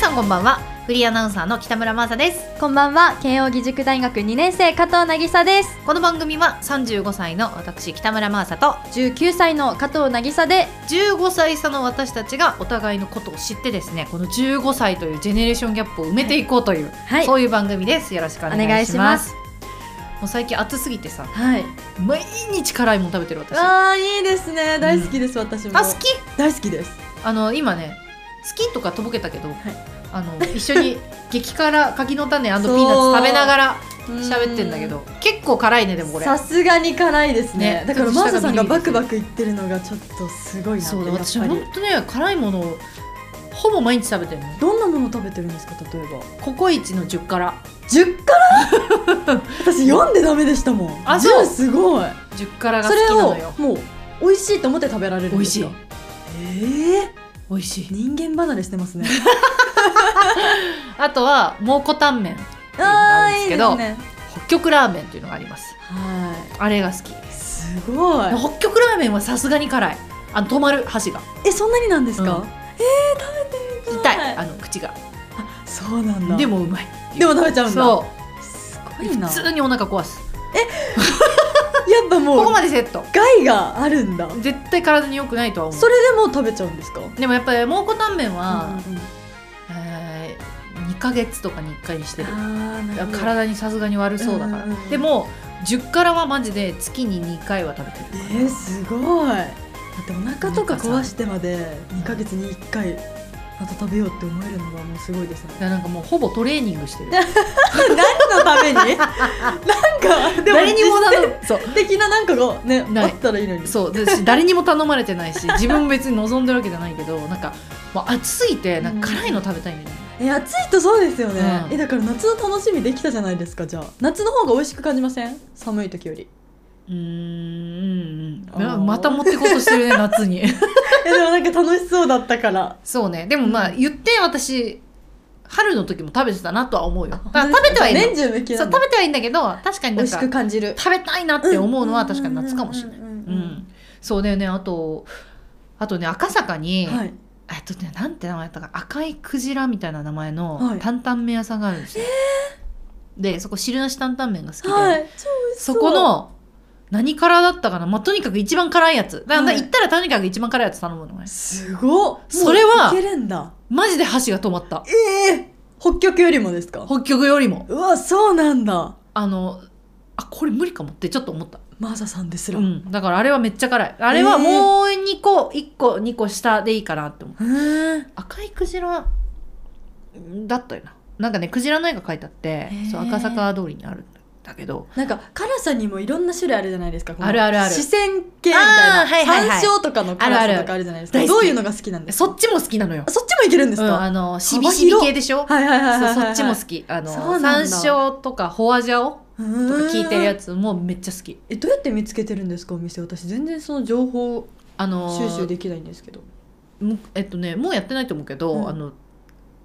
さんこんばんはフリーアナウンサーの北村真麻ですこんばんは慶應義塾大学2年生加藤渚ですこの番組は35歳の私北村真麻と19歳の加藤渚で15歳差の私たちがお互いのことを知ってですねこの15歳というジェネレーションギャップを埋めていこうという、はいそういう番組ですよろしくお願お願いいししまますすもう最近暑すぎてさはい毎日辛いもん食べてる私ああいいですね大好きです、私も好き大好きですあの今ね好きとかとぼけたけど、いあの一緒 に激辛柿の種ピーナッツ食べながら喋ってんだけど結構辛いねでもこれさすがに辛いですねねだからちょっマとサ下がさんビリビリがバクバクいってるのがちょっとすごいなってそうだやっ私ぱ本り当ね辛いものをほぼ毎日食べてるのどんなもの食べてるんですか例えばココイチの10辛10から私読んでダメでしたもんあそう10すごい10辛がそ好きれなのをよもう美味しいと思って食べられる美んで味すしいかええ美味しい人間離れしてますねあとは蒙古タンメンあいいーいいんですけでどすね北極ラーメンというのがありますはあれが好きいすごい北極ラーメンはさすがに辛いあの止まる箸がえそんなになんですか、うん辛い痛いあの口がそうなんだでもうまいでも食べちゃうんだそすうごい普なや通にお腹壊すっぱもここうまでセット害があるんだ絶対体に良くないとは思それでも食べちゃうんですかうでもやっぱり蒙古タンメンあは、えー、2ヶ月とかに1回にしてるーなるほど体にさすがに悪そうだから、うんうんうんでも10からはマジで月に2回は食べてえるー、すごいだってお腹とか壊してまで2ヶ月に1回また食べようって思えるのがもうすごいですねだからなんかもうほぼトレーニングしてる 何のために なんかでも誰にも実頼むそう践的ななんかがねないあったらいいのにそうでし誰にも頼まれてな いし自分も別に望んでるわけじゃないけどなんかもう暑すぎてなんか辛いの食べたいみたいな、え暑いとそうですよね、うんえだから夏の楽しみできたじゃないですかじゃあ夏の方が美味しく感じません寒い時よりうーんうんうんあーまた持ってこうとして るね夏にえでもなんか楽しそうだった からそうねでもまあ言って私春の時も食べてたなとは思うよだからあ食べてはいいの年中無休そなうんだ食べてはいいんだけど確か美になん味しかく感じる食べたいなって思うのは確かに夏かもしれない。ううんん、そうだよね。あと、あとね赤坂に、はいえっとねなんて名前だったか赤いクジラみたいな名前はのい担々麺屋さんがあるんですよ。でそこ汁なし担々麺が好きで、はい超美味しそそうこの何辛だったかな、まあ、とにかく一番辛いやつだからはい行ったらとにかく一番辛いやつ頼むのねすごっそれはもういけるんだマジで箸が止まったええ北極よりもですか北極よりもうわそうなんだあのあこれ無理かもってちょっと思ったマーサさんですら、うへん、だからあれはめっちゃ辛いあれはもう2個1個2個下でいいかなって思うえ赤いクジラだったよななんかねクジラの絵が描いてあってーそう赤坂通りにあるんだけどなんか辛さにもいろんな種類あるじゃないですかこのあるあるある四川系みたあーいな、はいはいはい山椒とかの辛さとかあるじゃないですかあるある大好どきういうのが好きなんですかそっちも好きなのよあ、そっちもいけるんでうすん、か、あのしび幅広しび系でしょはいはいはいはいそはういそっちも好きあのそう山なんだ椒とかホアジャオうとかん聞いてるやつもめっちゃ好きえどうやって見つけてるんですかお店私全然その情報あの収集できないんですけどむえっとねもうやってないと思うけど、うんあの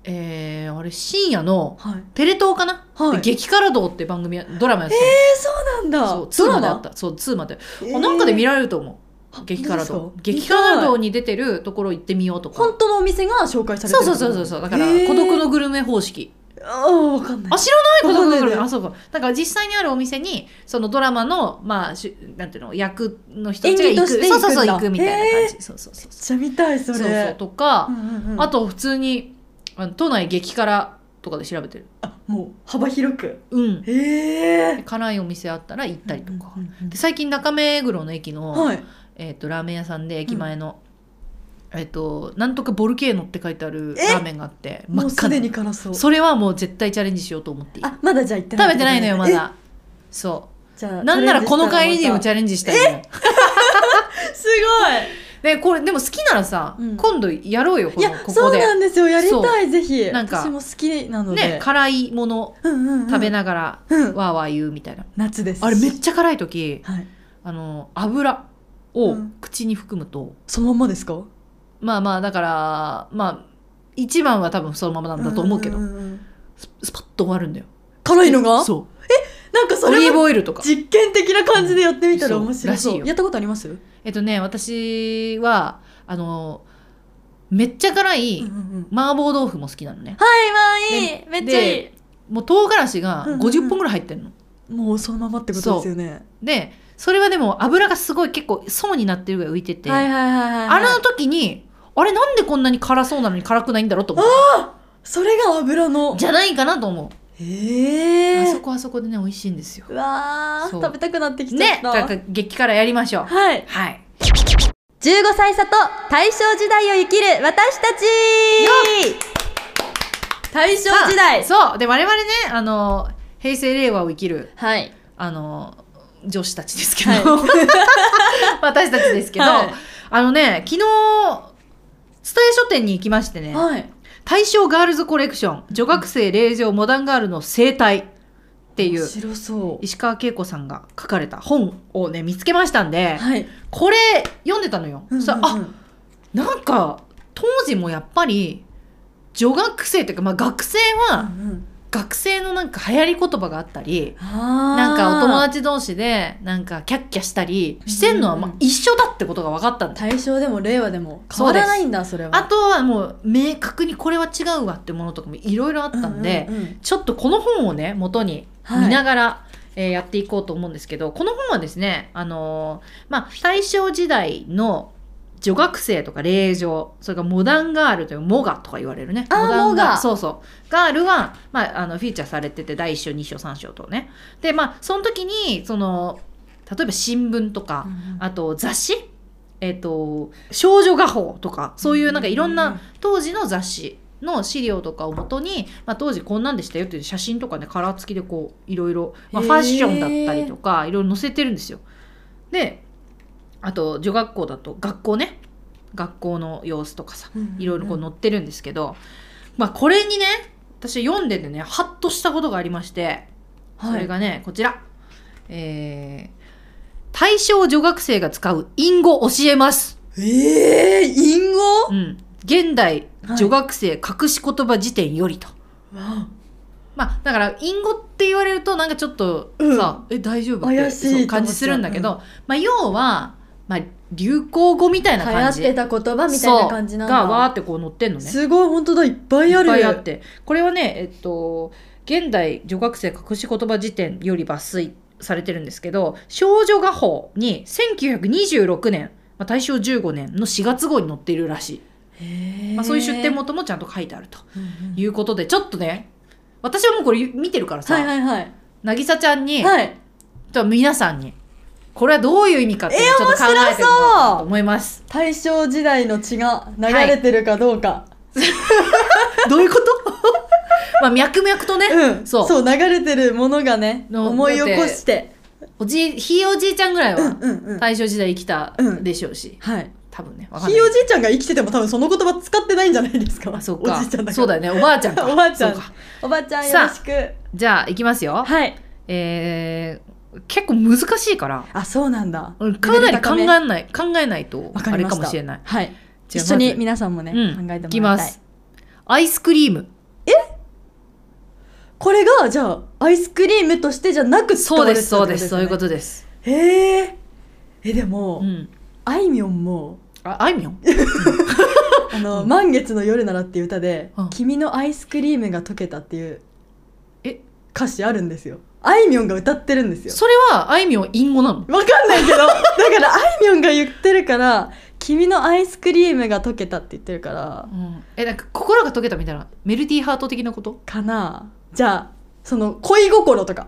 えーあれ深夜のはいテレ東かなはいで激辛道って番組やドラマやってたのえそうなんだそう2まであったそう2まで、あなんかで見られると思う激辛道本当で激すか辛道に出てるところ行ってみようとか本当のお店が紹介されてそるうそうそうそうそうだからえー孤独のグルメ方式、ああわかんないあ知らない孤独のグルわかんないメねあそうかだから実際にあるお店にそのドラマのまあしなんていうの役の人たちが行演技くとしてそ行くんだうそうそう行くみたいな感じ、そうそうそうめっちゃ見たいそそうれそうそうとか、うんうんうんあと普通にあの都内激辛とかで調べてるあもう幅広くうんへえ辛いお店あったら行ったりとか、うんうんうんで最近中目黒の駅の、はいえー、とラーメン屋さんで駅前の、えっ、となんとかボルケーノって書いてあるラえーメンがあってもう真っ赤すなでに辛そうそれはもう絶対チャレンジしようと思っているあまだじゃあ行ってない食べてないのよまえだそじゃうあなんならこの帰りにもチゃャレンジしたいのよすでこれでも好きならさ、うん今度やろうよこごいいのやこそこうでなんですよやりそたいぜひなんか私も好きなのでね辛いものうんうんうん食べながら、うんわーわー言うみたいな夏ですあれめっちゃ辛い時はいあの油をうん口に含むと、そのまんまですかまあまあだからまあ一番は多分そのままなんだと思うけど、んんうんススパッと終わるんだよ辛いのがそなんかうオそリれーブはオイルとか実験的な感じでやってみたらそう面白らしいそようやったことありますえっとね私はあのめっちゃ辛ういんうんうん麻婆豆腐も好きなのねはい、まあいい。めっちゃいいで。もう唐辛子うがんうんうん50本ぐらい入ってるの、もうそのままってことですよね。でそれはでも油がすごい結構層になってるぐらい浮いてて、はいはいはいはい。あの時にあれなんでこんなに辛そうなのに辛くないんだろうと思うそれが油の。じゃないかなと思う、ええあそこあそこでね美味しいんですようわーそう食べたくなってきちゃねった。だから激辛やりましょうはい。はい15歳差と大正時代を生きる私たち大正時代さあそうで我々ねあの平成令和を生きるはい。あの女子たちですけ ど、は私たちですけど、はいあのね昨日スタイ書店に行きましてねはい。大正ガールズコレクション女学生令嬢モダンガールの生態っていう面白そ石川恵子さんが書かれた本をね見つけましたんう。ではい。これ読んでたのよ、うんうんうんさあなんか当時もやっぱり女学生というか、まあ、学生は、うんうん学生のなんか流行り言葉があったりあーなんかお友達同士でなんかキャッキャしたりしてんのはまあうんうん一緒だってことが分かったんだよ対象でも令和でも変わらないんだそれはあとはもう明確にこれは違うわってものとかもいろいろあったんで、うううんちょっとこの本をね元にはい見ながら、えーやっていこうと思うんですけどこの本はですね、あのーまあ、大正時代の女学生とか令嬢それからモダンガールというモガとか言われるねあーモダンモガそうそうガールは、まあ、あのフィーチャーされてて第1章2章3章とねでまあその時にその例えば新聞とか、あと雑誌えっ、と少女画報とかそういうなんかいろんな当時の雑誌の資料とかをもとに、まあ、当時こんなんでしたよっていう写真とかねカラー付きでこういろいろ、まあ、へーファッションだったりとかいろいろ載せてるんですよ。であと女学校だと学校ね学校の様子とかさいろいろこう載ってるんですけど、まあ、これにね私読んでてねハッとしたことがありまして。はいそれがねこちら、えー、対象女学生が使う隠語教えます、ええ隠語うん、現代はい女学生隠し言葉辞典よりと、わまあだから隠語って言われるとなんかちょっとうんさ、え大丈夫っ怪てしいと思っちゃうそう感じするんだけど、まあ要は、まあ、流行語みたいあな流行感っじてた言葉みたいな感じなんだそうがわーってこう載ってんのねすごい本当だいっぱいいあっるぱいあってこれはねえっと現代女学生隠し言葉辞典より抜粋されてるんですけど少女画報に1926年、まあ、大正15年の4月号に載っているらしい、へえまあ、そういう出典元もちゃんと書いてあるとうんうんいうことでちょっとね私はもうこれ見てるからさ、はいはいはい渚ちゃんに、はいと皆さんにこれはどういう意味かっていうのをちょっと考えてもらおうと思います。大正時代の血が流れてるかどうか、どういうこと まあ脈々とね、うんそうそう流れてるものがねの思い起こしておじいひいおじいちゃんぐらいは、うんうんうん大正時代生きたでしょうし、はい多分ねわかんひないいおじいちゃんが生きてても多分その言葉使ってないんじゃないですかあそうかおじいちゃんだからそうだよねおばあちゃん かおばあちゃんそうかおばちゃんよさあろしくじゃあ行きますよはいえー、結構難しいからあそうなんだうんかなり考えわない考えないとかありれまかしたもしれないはいじゃあ一緒まにず皆さんもね、うん考えていきもらまいたいすアイスクリームこれがじゃあアイスクリームとしてじゃなく使そうわれでてすたそうですそういうこととですねへええでも、うんあいみょんもああいみょんあの、うん満月の夜なら」っていう歌でう「ん君のアイスクリームが溶けた」っていうえ歌詞あるんですよあいみょんが歌ってるんですよそれはあいみょん隠語なのわかんないけどだからあいみょんが言ってるから「君のアイスクリームが溶けた」って言ってるからうん、えなんか心が溶けたみたいなメルティーハート的なことかなじゃあその恋心とか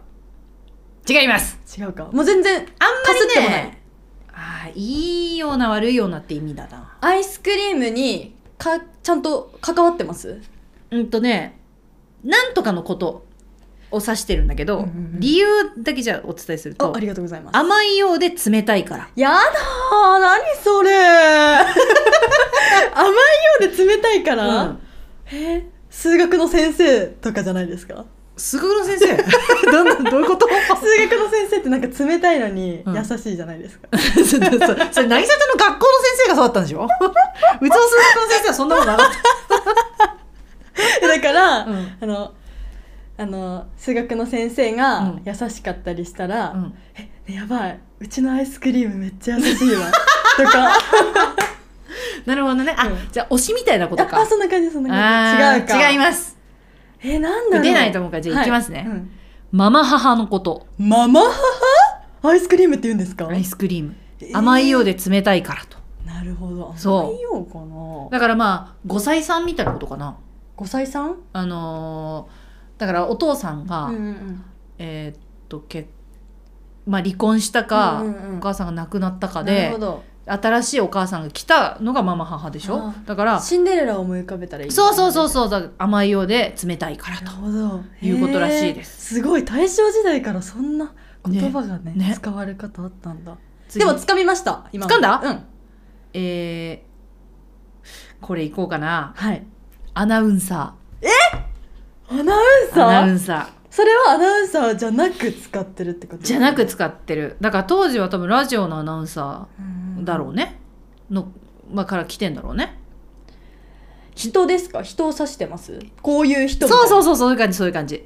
違います違うかもう全然あんかすってもない、あーいいような悪いようなって意味だなアイスクリームにかちゃんと関わってますうんとね、なんとかのことを指してるんだけど、うんうんうん理由だけじゃお伝えするあとあ、りがとうございます甘いようで冷たいから。やだー何それ 甘いようで冷たいから、うんえ数学の先生とかじゃないですかすぐる先生 どんどんどういうこと数学の先生ってなんか冷たいのにうん優しいじゃないですか、 そそれ渚ちゃんの学校の先生がそうだったんでし ょうちの数学の先生はそんなことなかっだから、た。うんあのあの数学の先生が優しかったりしたら「うん ねやばいうちのアイスクリームめっちゃ優しいわ」とかなるほどねあ、うんじゃあ推しみたいなことか あそんな感じそんなあ感ーじ違うか違いまますえなんだろう出ないと思うからじゃあいきますね、はいうんママ母のことママ母アイスクリームって言うんですかアイスクリーム甘いようで冷たいからとえーなるほどそう甘いようかなだからまあ5歳さんみたいなことかな5歳さんあのーだからお父さんが、うんうんえーっとけ、まあ、離婚したか、うんうんうんお母さんが亡くなったかなるでほど新しいお母さんが来たのがママ母でしょあだからシンデレラを思い浮かべたらいいそうそうそううそうだ甘いようで冷たいからなるとほど、いうことらしいですすごい大正時代からそんな言葉がねねね使われ方あったんだ次でも掴みました今の掴んだうんえー、これいこうかなはいアナウンサアナウンーサアナウーンサそれはアナウンサーじゃなく使ってるってことーじゃなく使ってるだから当時は多分ラジオのアナウンサーだろううねの、まあ、から来てんだろうね人ですか人を指してますこういう人そうそううそうそういう感じそういう感じ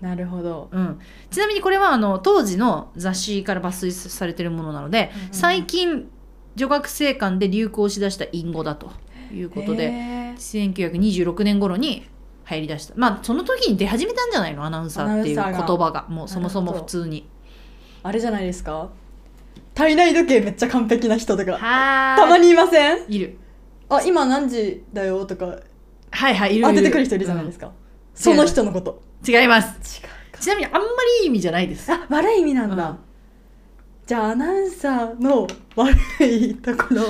なるほどうん、ちなみにこれはあの当時の雑誌から抜粋されてるものなので、うんうんうん最近女学生間で流行しだした隠語だということでへー1926年頃に流行りだしたまあその時に出始めたんじゃないのアナウンサーっていう言アナウンサーが葉がもうそもそもなる普ほど通に。あれじゃないですか体内時計めっちゃ完璧な人とかはたまにいませんいいるあ今何時だよとかはいはいいるい当るててくる人いるじゃないですか、その人のことうん違います違うちなみにあんまりいい意味じゃないですあ悪い意味なんだ、うんじゃあアナウンサーの悪いところ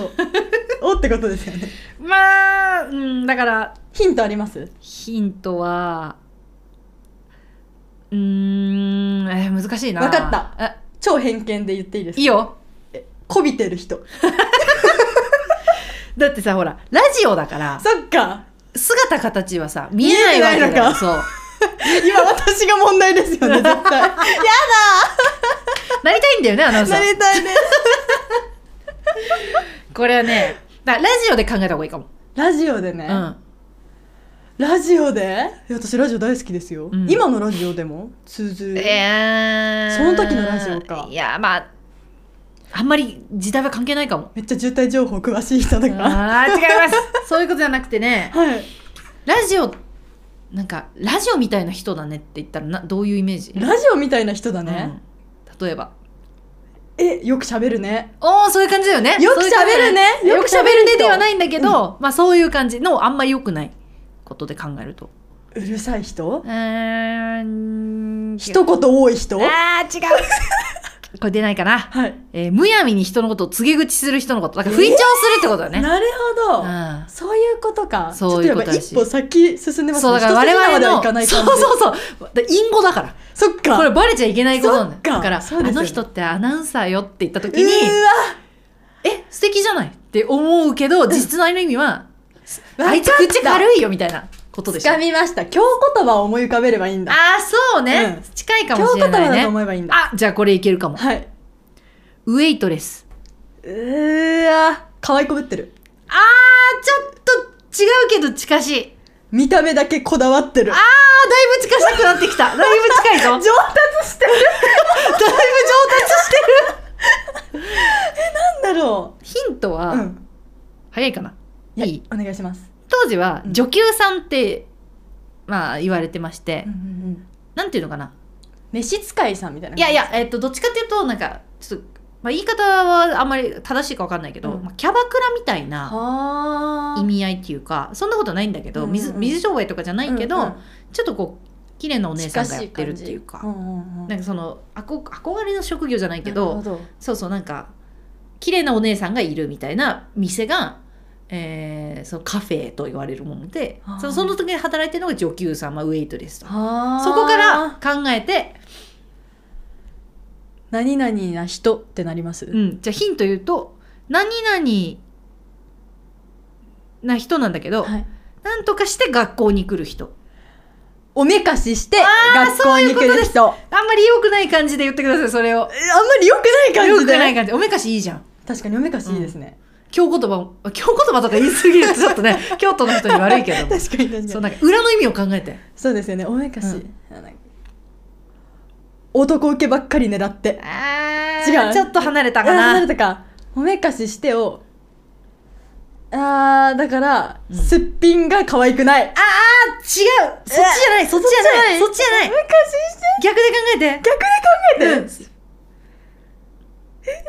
をってことですよ ねまあ、うん、だからヒントありますヒントはうーん、えー難しいなわかったあ超偏見で言っていいですかいいよこびてる人だってさほらラジオだからそっか姿形はさ見えないわけ見えだてないよのかそう今私が問題ですよね絶 対なりたいんだよねアナウンサなーりたいですこれはねだからラジオで考えた方がいいかも、ラジオでうね、ん、ラジオでいや私ラジオ大好きですよ、うん今のラジオでも通ずる、えーその時のラジオかいやまああんまり時代は関係ないかもめっちゃ渋滞情報詳しい人とかあー違いますそういうことじゃなくてねはいラジオなんかラジオみたいな人だねって言ったらなどういうイメージラジオみたいな人だね、、うん例えばえよく喋るねおおそういう感じだよねよく喋るねそういう感じよく喋るねではないいんだけど、まあそういう感じのあんま良くないことで考えるとうるさい人うーん一言多い人はあ ー違うこれ出ないかな、い、えーむやみに人のことを告げ口する人のことだから不意調するってことだね、なるほど、うんそういうことかそういうことちょっとやっだぱし一歩先進んでますねそうだから我一々筋縄ではのいかないそ感うじそうそうだ隠語だからそっかこれバレちゃいけないことなんだよそっかだから、そうですあよねの人ってアナウンサーよって言った時うにーわえ素敵じゃないって思うけど実内の意味はわあいつ口軽いよみたいなことでしょ掴みました今日言葉を思い浮かべればいいんだああそうね、う近いか今もし日れ言葉なだいとね思えばいいんだあじゃあこれいけるかもはいうウェイトレスーわ可愛いこぶってるあーちょっと違うけど近しい見た目だけこだわってるあーだいぶ近しくなってきただいぶ近いぞだ いぶ上上達してる達してなんだろヒントうは、うん早いかないやいいお願いします当時はうん女給さんって、まあ言われてまして、うんうんうんなんていうのかな召使いさんみたいないいやいや、えっとどっちかっていうとなんかちょっと、まあ、言い方はあんまり正しいかわかんないけど、うんまあ、キャバクラみたいなはー意味合いっていうかそんなことないんだけうど、んうん水水商売とかじゃないけど、うんうんちょっとこう綺麗なお姉さんがやってるっていうか近しい感じんうんうんなんかそのあこ憧れの職業じゃないけどなるほそうそうなんか綺麗なお姉さんがいるみたいな店が、えーそのカフェと言われるものであーそのその時に働いてるのが女給さん、まあ、ウェイトレスとはーそこから考えて、何々な人ってなります、うん、じゃあヒント言うと何々な人なんだけど、はいなんとかして学校に来る人おめかししてあー学校に来そういうことるです人あんまあんまり良くない感じで言ってくださいそれを。り良くない良感くじないで感じおめかしいいじゃん。確かにおめかしいいですね、京言葉も京言葉とか言い過ぎるとちょっとね京都の人に悪いけども 確かに確かそうになんか裏の意味を考えてそうですよねおめかし、うあなんか男受けばっかり狙ってあー違うちょっと離れたあかななれたかおめかししてをあーだから、うんすっぴんが可愛くないあ違うそっちじゃないそっちじゃないそっちじゃない昔して逆で考えて逆で考えて、うん めっち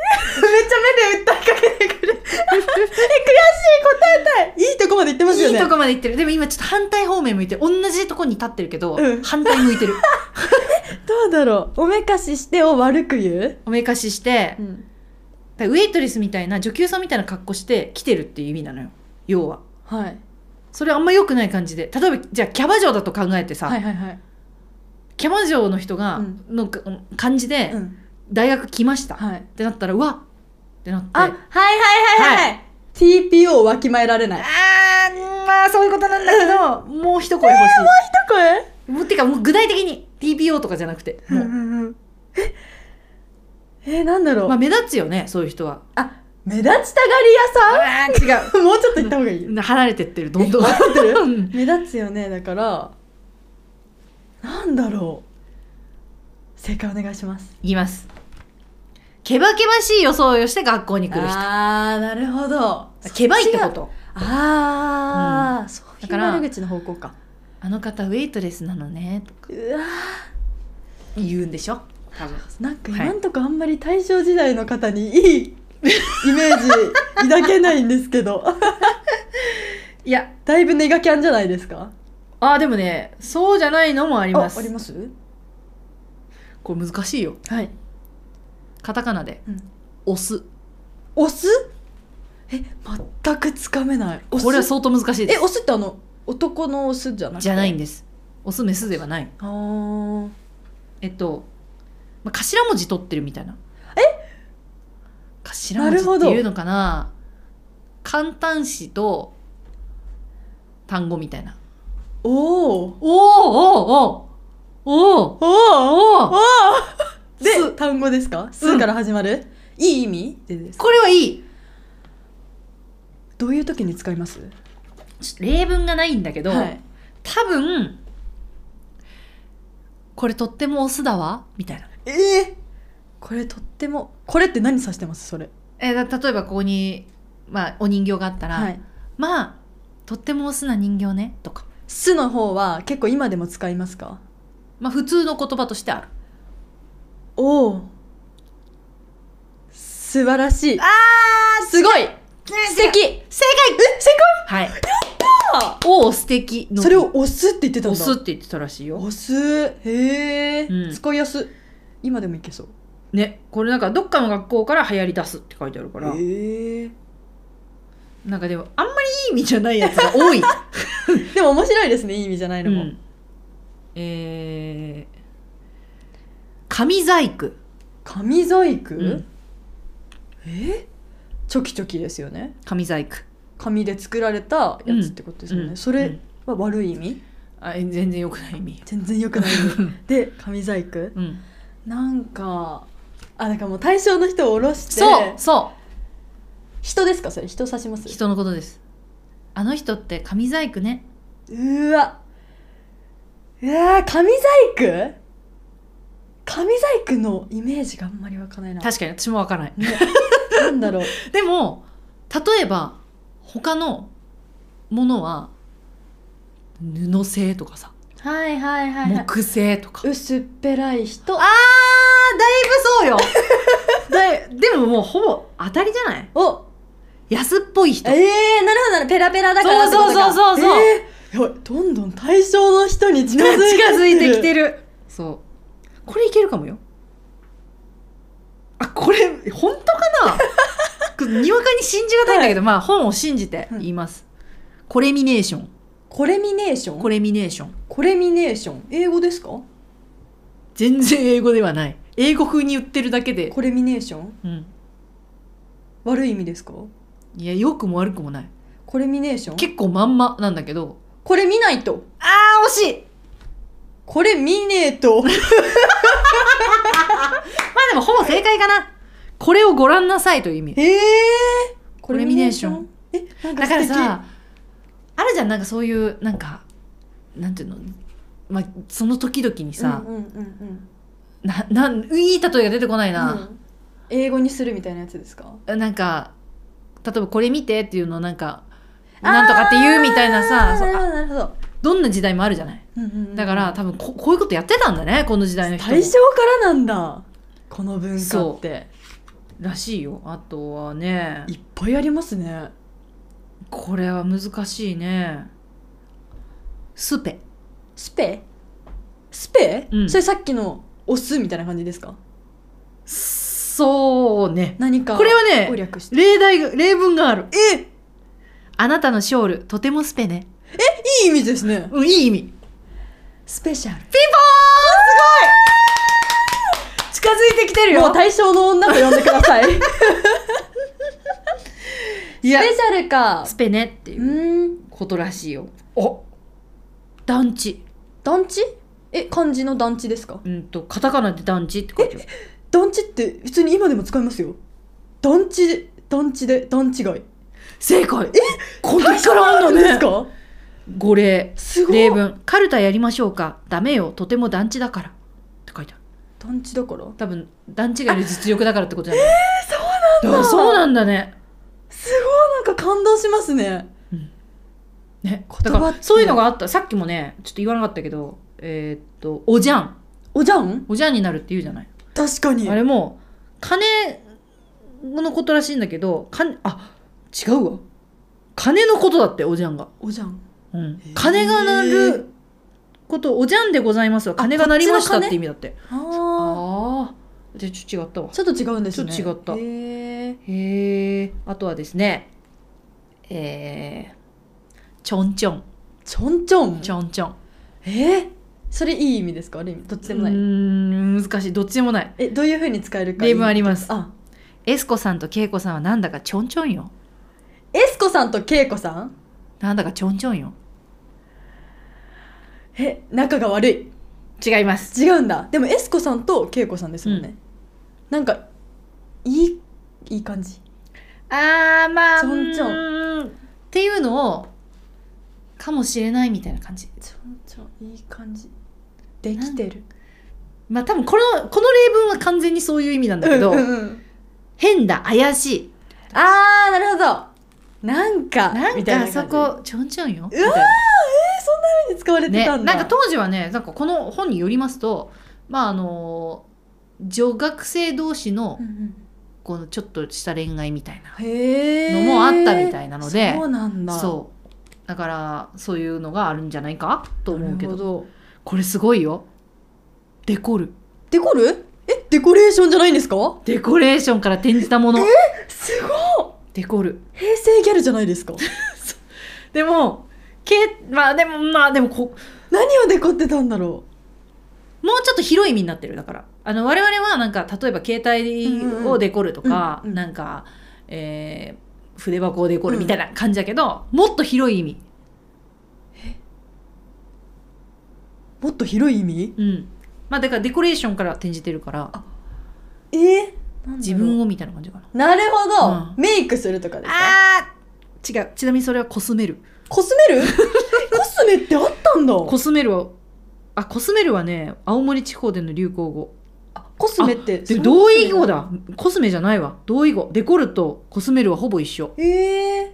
ゃ目で訴えかけてくる え悔しい答えたいいいとこまで言ってますよいねいとこまで行ってるでも今ちょっと反対方面向いてる同じとこに立ってるけど、うん反対向いてるどうだろうおめかししてを悪く言う、おめかししてだからウェイトレスみたいな女給さんみたいな格好して来てるっていう意味なのよ要ははい、それあんま良くない感じで例えばじゃあキャバ嬢だと考えてさ、はいはいはいキャバ嬢の人が、うんのか感じで、うん大学来ました、はいってなったらうわってなってあはいはいはいはい、は TPO をわきまえられないあーまあそういうことなんだけどもう一声欲しこれい、もうてかもう具体的に TPO とかじゃなくてもう、ええなんだろう、まあ、目立つよねそういう人はあ目立ちたがり屋あー違 さんもうちょっと言った方がいいう離れてってるどんどん離れてる う ん目立つよねだからなんだろう正解お願いしますいきますけばけばしい装いをして学校に来る人あーなるほどけばいってことああ、そういだうから悪口の方向かあの方ウェイトレスなのねとかうわ言うんでしょ多分ーなんかはい今んとこあんまり大正時代の方にいい イメージ抱けないんですけど いやだいぶネガキャンじゃないですかあーでもねそうじゃないのもありますあありますこれ難しいよはいカタカナでうん「押す押すえ全くつかめない」押すこれは相当難しいでえす押すってあの男の押すじゃなくてじゃないんですオスメスではないあーえっと、まあ、頭文字取ってるみたいなえ頭文なる字ほっどていうのかな簡単詞と単語みたいなおーおーおーおーおーおーおおで単語ですか「す」から始まる、いい意味でですこれはいいどういう時に使いますちょっと例文がないんだけど、はい多分これとってもオスだわみたいなええこれとってもこれって何指してますそれえーだ例えばここに、まあ、お人形があったら、はいまあとってもオスな人形ねとか「す」の方は結構今でも使いますかまあ普通の言葉としてあるおお素晴らしいあーすごい素敵正解え正はい解おお素敵のそれを押すって言ってたん押だすって言ってたらしいよ押すへえ、うん使いやすい今でもいけそうねこれなんかどっかの学校から流行り出すって書いてあるからへえなんかでもあんまりいい意味じゃないやつが多 い、でも面白いですねいい意味じゃないのも、えー紙細工、紙細工、うんえチョキチョキですよね紙細工紙で作られたやつってことですよね、うんそうれんは悪い意味あえ全然よくない 意味全然良くない意 味で紙細工うんなんかあなんかもう対象の人を下ろしてそうそ人ですかそれ人指しまうす人のことですあの人って紙細工ねうーわうわー紙細工紙細工のイメージがあんまりわかないな確かに私もわからないなんだろうでも例えば他のものは布製とかさはいはいは木製とか薄っぺらい人あーだいぶそうよだい でももうほぼ当たりじゃないお安っぽい人ええー、なるほどなるほどペラペラだからってことかそうそうそうそうそうえーやばいどんどん対象の人に近づいて近づいてきてるるそうこれいけるかもよあこれ本当かなこ れにわかに信じがたいんだけど、まあ本を信じて言います、コレミネーションコレミネーションコレミネーションコレミネーション英語ですか全然英語ではない英語風に言ってるだけで、コレミネーションうん、悪い意味ですかいや良くも悪くもないコレミネーション結構まんまなんだけどこれ見ないとあー惜しいこれ見ねえとまあでもほぼ正解かなこれをご覧なさいという意味ええー、コレミネーションえなんかだ素敵からさあるじゃんなんかそういうなんかなんていうのまあその時々にさ、うんうんうんうんななんいい例えが出てこないな、うん英語にするみたいなやつですかなんか例えばこれ見てっていうのをなんかなんとかって言うみたいなさあーそうなるほあどなるほどどんな時代もあるじゃないうんうんうんだから多分ここういうことやってたんだねこの時代の人も大正からなんだこの文化ってらしいよあとはねいっぱいありますねこれは難しいねスペスペスペ、うんそれさっきのオスみたいな感じですかそうね何かこれはをね略して例題が例文があるえあなたのショールとてもスペねいい意味ですねうんいい意味スペシャル近づいてきてるもう大正の女と呼んでくださいスいやペシャルかスペねっていううーんことらしいよお団地団地え漢字の団地ですかうんとカタカナで団地って書いてある団地って普通に今でも使いますよ団地団地で段違い正解えこれ大正からあんのですねか語例すごい例文「カルタやりましょうかダメよとても団地だから」って書いてある団地だから多分団地がいる実力だからってことじゃないえそうなんだそうなんだねすごいなんか感動しますねねだ言葉からってそういうのがあったさっきもねちょっと言わなかったけどえーっと「おじゃん」おじゃん「おじゃんになる」って言うじゃない確かにあれも金のことらしいんだけど金あ違うわ金のことだっておじゃんが、おじゃんうんへー、金が鳴ることおじゃんでございますは金が鳴りましたっこっちのて金意味だってあああじゃあちょっと違ったわあちょっと違うんですねちょっと違ったへえへえあとはですねえー、ちょんちょんちょんちょんちょんちょんえーそれいい意味ですかある意味どっちでもなうーいん難しいどっちでもないえどういうふうに使えるか例文ありますあエスコさんとケイコさんはなんだかちょんちょんよエスコさんとケイコさんなんだかちょんちょんよえ仲が悪い違います違うんだでもエスコさんとケイコさんですもんね、なんかいいいい感じあーまあちょんちょんうーんっていうのをかもしれないみたいな感じちょんちょんいい感じできてるまあ多分このこの例文は完全にそういう意味なんだけどうんうんうん変だ怪しいあーなるほどなんかなんみたいなか感じあそこちょんちょんよみうたいわなーえー、そんなふうに使われてね、たなんだ、んか当時はねなんかこの本によりますとまああの女学生同士のうんうんこのちょっとした恋愛みたいな、へえのもあったみたいなのでそうなんだそうだからそういうのがあるんじゃないかと思うけどなるほどこれすごいよデコるデコルえデコレーションじゃないんですかデコレーションから転じたものすごいデコる平成ギャルじゃないですかでもけまあでもまあでもこ何をデコってたんだろもうちょっと広い意味になってるだからあの我々はなんか例えば携帯をデコるとか、うんうんうんうんなんか、えー筆箱をデコるみたいな感じだけど、もっと広い意味、うもっと広い意味うんまあ、だからデコレーションから転じてるからえー、自分ををみたいな感じかななるほど、うんメイクするとかですかあー違うちなみにそれはコスメルコス メルコスメってあったんだコスメルはあコスメルはね青森地方での流行語あコスメってで同意語だコスメじゃないわ同意語デコルとコスメルはほぼ一緒えー、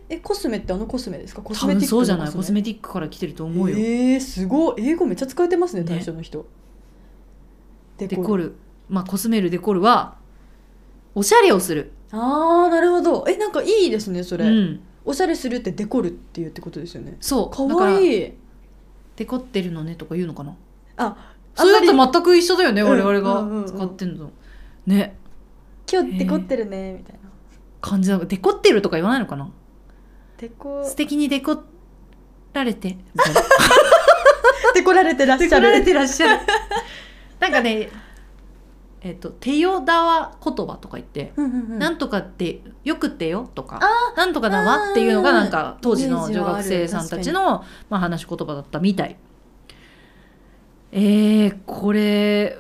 えコスメってあのコスメですかコス多メティ分ックそうじゃないのコスメティックから来てると思うよ、えー、すごい英語めっちゃ使えてますねね対象の人、デデコルまあコスメルデコルはおしゃれをする、ああなるほどえなんかいいですねそれ、うん、おしゃれするってデコるっていうってことですよねそうかだわからいいデコってるのねとか言うのかなあそれだあんまと全く一緒だよね、うん我うんうんう々んが使ってんの、ね今日デコってるねみたいな感じなんかデコってるとか言わないのかなデコ素敵にデコられてみたいな デコられてらっデしコゃられるてらっしゃる なんかねえっ、と手よだわ言葉とか言って、うんうんうんなんとかってよくってよとかあなんとかだわっていうのがあーなんか当時のイメージ女はある学生さんたちのまあ話し言葉だったみたいえー、これ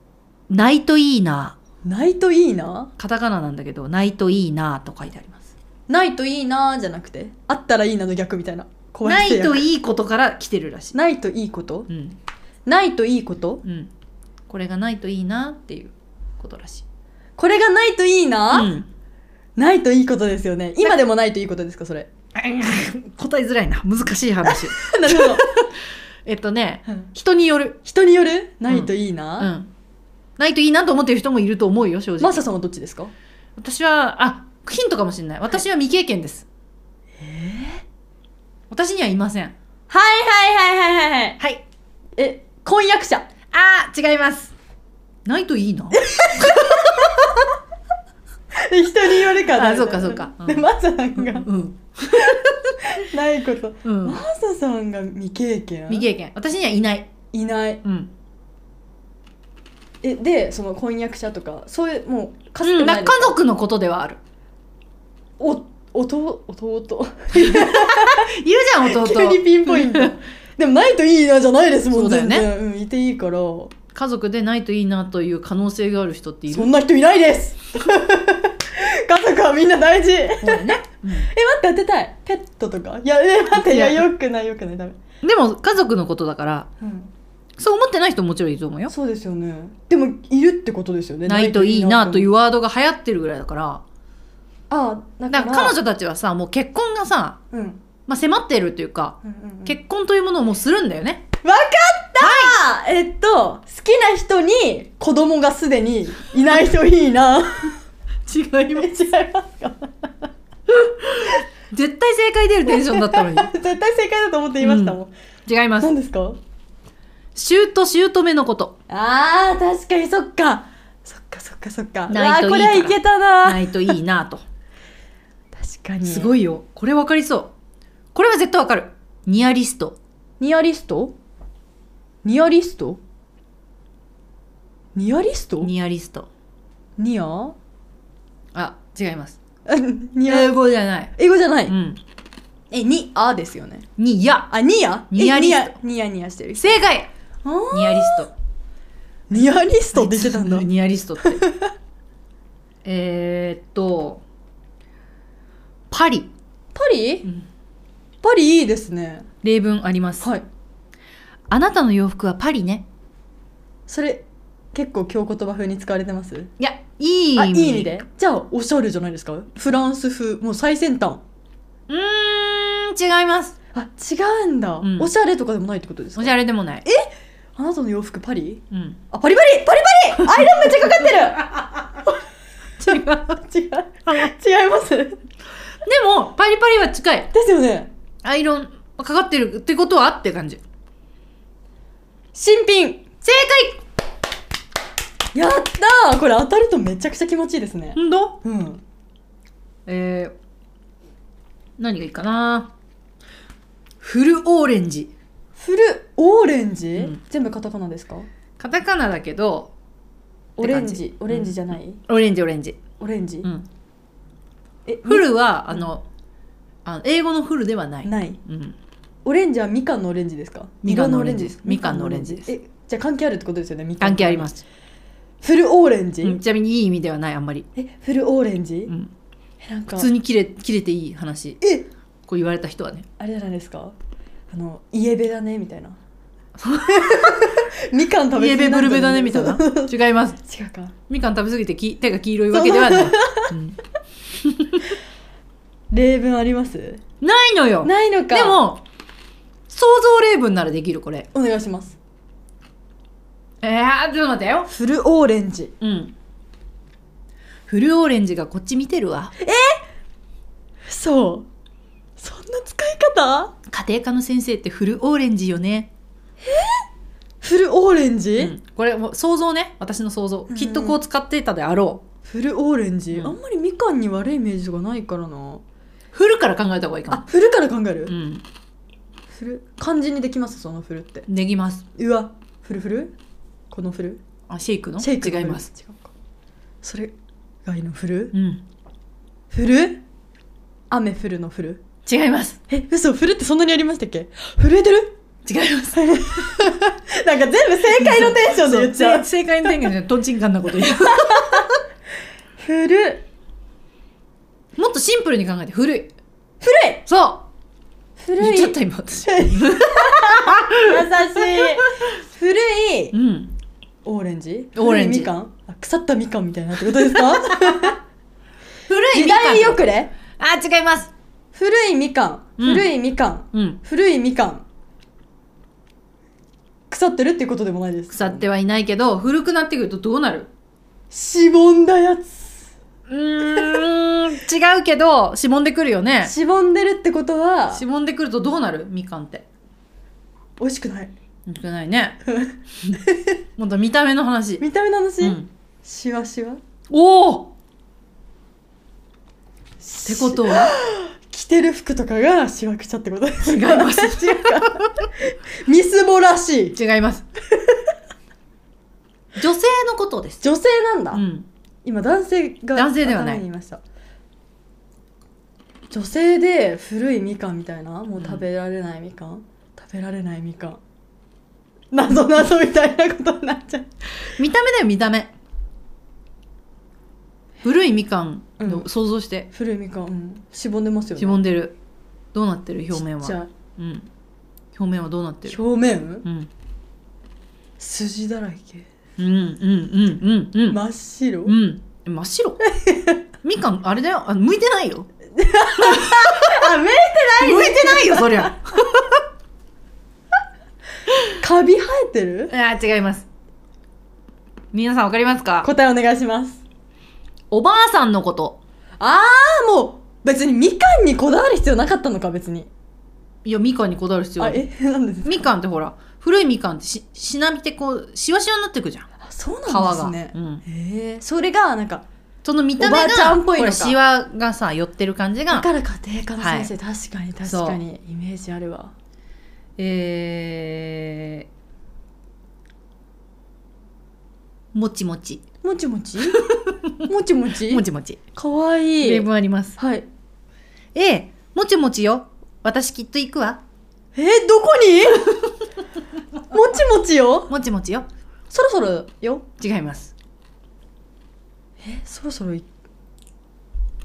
「ないといいなないといいな」カタカナなんだけど「ないといいな」と書いてありますないといいなじゃなくてあったらいいなの逆みたいな「怖ないい人とやいいこと」から来てるらしいないといいことうんないといいことうんこれがないといいなっていうことらしいこれがないといいな、うん ないといいことですよね今でもないといいことですかそれ答えづらいな難しい話 なるほどえっとね人による人によるないといいうな、んないといいなと思ってる人もいると思うよ正直マサさんはどっちですか私はあヒントかもしれない私は未経験です、私にはいませんはいはいはいはいはいはいえ婚約者あー違いますないといい な 人によるかあそうかそうかうんでマサさんがうん、ないことうんマ、サさんが未経験未経験私にはいない、いないうんえでその婚約者とかそういうもうかうん、てなない家族のことではあるお弟弟いるじゃん 弟急にピンポイントでもないといいなじゃないですもんそうだよね全然うん、いていいからそ家族でないといいなという可能性がある人っているんな人いないです 家族はみんな大事 え待そうだよね、って当てたいペットとかいやえ待っていやいやよくないよくないダメ、うんでも家族のことだからうん、そう思ってない人ももちろんいると思うよそうですよねでもいるってことですよねないといいなといううワードが流行ってるぐらいだからあだかだらから彼女たちはさもう結婚がさ、うんうんまあ、迫っているというかうんうん結婚というものをもうするんだよねわかった、えっと好きな人に子供がすでにいない人いいな 違違いいますか絶対正解出るテンションだっ たのに絶対正解だと思って言いましたもん、違います何ですか姑と姑のことあー確かにそっかそっかそっかそっかないといいからわあこれはいけたな、ないといいなと確かにすいごいよこれ分かりそうこれは絶対分かるニアリストニアリストニアリストニアリストニアリストニア あ違いますニア、英語じゃない英語じゃない、うんえニアですよねにやあニアえニアリニスアニヤニヤしてる正解あーニアリストニアリストできてたんだ。 ニアリス トってえーっとパリ、パリパリいいですね。例文あります、はい。あなたの洋服はパリねそれ、結構京言葉風に使われてますいやいいあ、い意味い意味でじゃあ、おしゃれじゃないですかフランス風、もう最先端。うーん違いますあ、違うんだ、うんおしゃれとかでもないってことですおかしゃれでもないあなたの洋服パリうん、あ、パリパリパリパリアイロンめっちゃかか違うっでてる違う。違いますでもパリパリは近いすよね。アイロンかかってるってことはって感じ新品正解やったーこれ当たるとめちゃくちゃ気持ちいいですね。本当うん。えー、何がいいかなフルオーレンジフルオーレンジ、うん全部カタカナですかカタカナだけどオレンジって感じオレンジじゃない、オレンジオレンジ、オレンジ、うん、えフルはあのあの英語のフルではない、ないうん、オレンジはみかんのオレンジですかみかんのオレンジですみかんのオレンジみでかすえじゃあ関係あるってことですよねみかん関係ありますす、フルオーレンジ、うんちなみにいい意味ではないあんまり、えフルオーレンジ、うん、えなんか普通に切れ切れていい話えこう言われた人はねあれじゃないですかあのイエベだねみ たいなみかん食べイエベブルベだねみたいなそうそう違います 違うかみかん食べ過ぎてき手が黄色いわけではない、うん例文ありますないのよ ないのかでも想像例文ならできるこれお願いしますえー、ちょっと待ってよフルオーレンジうんフルオーレンジがこっち見てるわそうそんな使い方家庭科の先生ってフルオーレンジよねフルオーレンジ、うんこれもう想像ね私の想像んきっとこう使ってたであろフルオーレンジ、うんあんまりみかんに悪いイメージがないからなうフルから考えた方がいいかあもフルから考える、うんフル漢字にできますそのフルってできますうわフルフルこのフルあシェイクのシェイクの違いフルます違うかそれがいいのフル、うんフル雨降るのフル違いますえ嘘フルってそんなにありましたっけ震えてる 違いますなんか全部正解のテンションで言っちゃそうう正解の天気でとんちんかんなこと言うフル古い もっとシンプルに考えて古いそう古言っいち優ゃった今 私しい古いうんオーレンジオーレンジ古いみかんあ腐ったみかんみたいなってことですか古い時みかん代遅れあ違います古いみかんうん古いみかんうん古いみかん腐ってるっていうことでもないです腐ってはいないけど古くなってくるとどうなるしぼんだやつうーん違うけどしぼんでくるよねしぼんでるってことはしぼんでくるとどうなるみかんって美味しくないよくない ねもっと見た目の話、見た目の話、うん、しわしわっおおってことは着てる服とかがしわくちゃってことです違います みすぼらしい 違い ます女性のことです、女性なんだ、うん、今男性が男性ではない頭にいました女性で古いみかんみたいなもう食べられないみかん、食べられないみかん謎謎みたいなことになっちゃう見た目だよ見た目古いみかんの想像して、古いみかん、うん、しぼんでますよねしぼんでるどうなってる表面じは、ゃうん、表面はどうなってる表面うん筋だらけうんうんうんうんうん、真っ白、うん真っ 白みかんあれだよあ向いてない よあ目向いてないよそりゃカビ生えてるあ違います皆さんわかりますか答えお願いしますおばあさんのことああもう別にみかんにこだわる必要なかったのか別にいやみかんにこだわる必要ああるえなんでですかみかんってほら古いみかんってししなびてこうしわしわになってくじゃんあそう皮なが、んですうねん、へえそれがなんかその見た目おばあちがゃんっぽいのかほらしわがさ寄ってる感じだがから家庭科の先生、確かに確かにイメージあるわえー、もちもちもちもち もちもちもちもちかわい例い文ありますはいええもちもちよ私きっと行くわえー、どこに もちもちよもちもちよそろそろよ違いますえそろそろい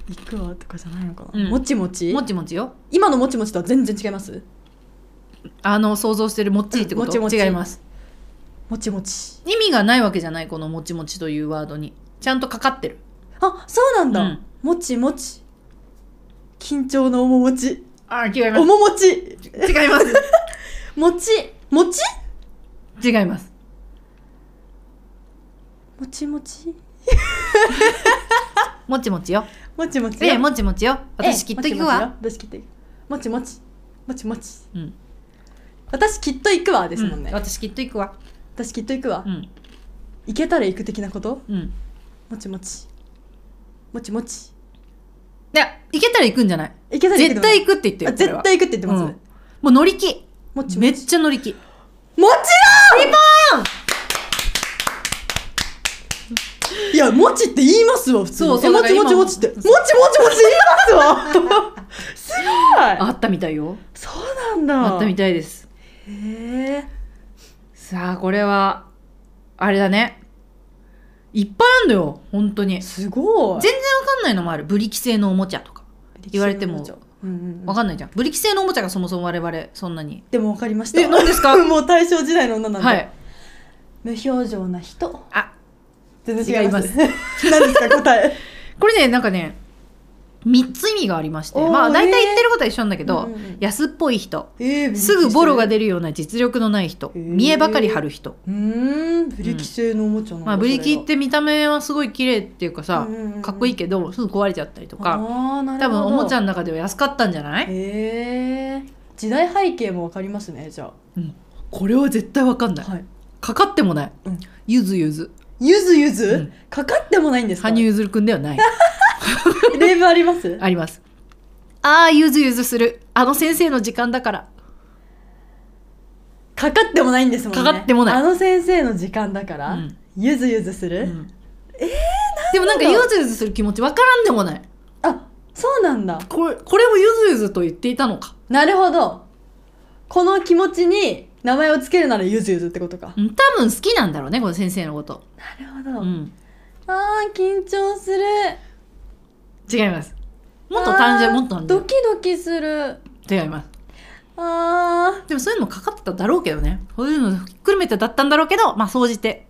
行くわとかじゃないのかな、うんもちもちもちもちよ今のもちもちとは全然違いますあの想像してるもっちりってこと、もちもち違いますもちもち意味がないわけじゃないこのもちもちというワードにちゃんとかかってるあそうなんだ、うんもちもち緊張の面持ちあ違い面持ちす違いますもちもち違いますもちもちもちもちよもちもちえよえもちもちよ私きっと行くわ私きっと行くもちもちもちもちうん私きっと行くわですもんね、うん私きっと行くわ私きっと行くわ、うん行けたら行く的なことうんもちもちもちもちいや行けたら行くんじゃない行けたら行く絶対行くって言ってあるこれ絶は対行くって言ってます、うんもう乗り気もちめもっちちゃ乗り気もちろんリボンいや、もちって言いますわ、普通に。そうそえうもちもちもちって。もちもちもち言いますわ すごいあったみたいよそうなんだ。あったみたいですへえ。さあこれはあれだねいっぱいあんのよ本当に全すごい。然わかんないのもあるブリキ製のおもちゃとか言われてもうんうんうわん、かんないじゃんブリキ製のおもちゃがそもそも我々そんなにでもわかりました。え何ですか もう大正時代の女なんで。はい無表情な人。あ全然違います。 何ですか、答え。これねなんかね3つ意味がありましておーまあ大ね体言ってることは一緒なんだけど、うんうんうん安っぽい人えー すぐボロが出出るような実力のない人へー見えばかり張る人、うーん、ブリキ製のおもちゃなんだまあ、ブリキっそれて見た目はすごい綺麗っていうかさ、うんうんうんかっこいいけどすぐ壊れちゃったりとがかあーなる多ほど分おもちゃの中では安かったんじゃない、へえ時代背景もわかりますねじゃうんこれは絶対わかんあない、はいかかってもない、うんゆずゆずゆずゆず、うんかかってもないんですか羽生結弦くんで はない例文ありますありますああゆずゆずするあの先生の時間だからかかってもないんですもんねかかってもないあの先生の時間だから、うんゆずゆずすえる、でもなんかゆずゆずする気持ちわからんでもないあそうなんだこれこれもゆずゆずと言っていたのかなるほどこの気持ちに名前をつけるならゆずゆずってことか、うん多分好きなんだろうねこの先生のこと、なるほど、うん、あー緊張する違いますもっと単純あーもっと単ド純キドキする違いますあでもそういうのもかかってただろうけどねそういうのひっくるめてだったんだろうけどまあ総じて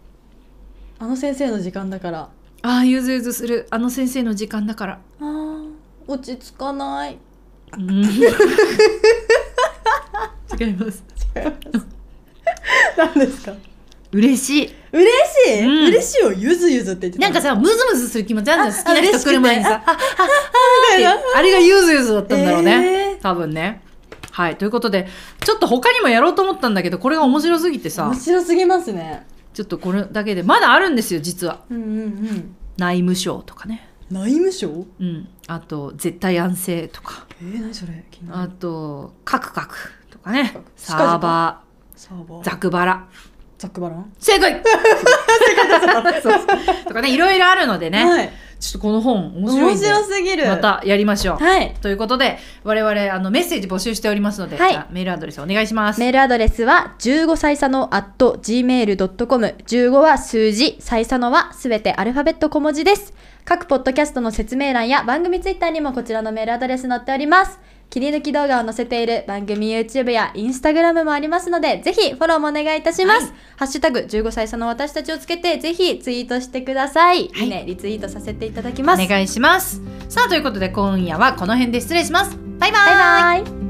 ーあの先生の時間だからああゆずゆずするあの先生の時間だから、あー落ち着 かない。うん、違います何ですか嬉しい嬉しい、うん嬉しいよゆずゆずって言ってたなんかさムズムズする気持ちあるじゃん好きな人来る前にさあああみたいああれがゆずゆずだったんだろうね、え多分ね。はい。ということで、ちょっと他にもやろうと思ったんだけど、これが面白すぎてーさ面、白すぎますねちょっとこれだけで、まだあるんですよ、実は。うんうんうん内務省とかね。内務省うん。あと、絶対安静とか。えー、何それ気になあると、カクカクとかねカク。サーバサーバー、ーザクバラ。ザックバラン正 解そうそうとか ね、いろいろあるのでね。はいちょっとこの本、面白い面んで。白すぎるまたやりましょう。はい。ということで、我々、あの、メッセージ募集しておりますので、はいじゃあメールアドレスお願いします。メールアドレスは15歳差の at gmail.com。15は数字、歳差のはすべてアルファベット小文字です。各ポッドキャストの説明欄や番組ツイッターにもこちらのメールアドレス載っております。切り抜き動画を載せている番組 YouTube や Instagram もありますので、ぜひフォローもお願いいたします。ハッシュタグ15歳差の私たちをつけて、ぜひツイートしてください。はいいいね、リツイートさせていただきます。お願いしますさあということで今夜はこの辺で失礼しますバイバイバイバイ。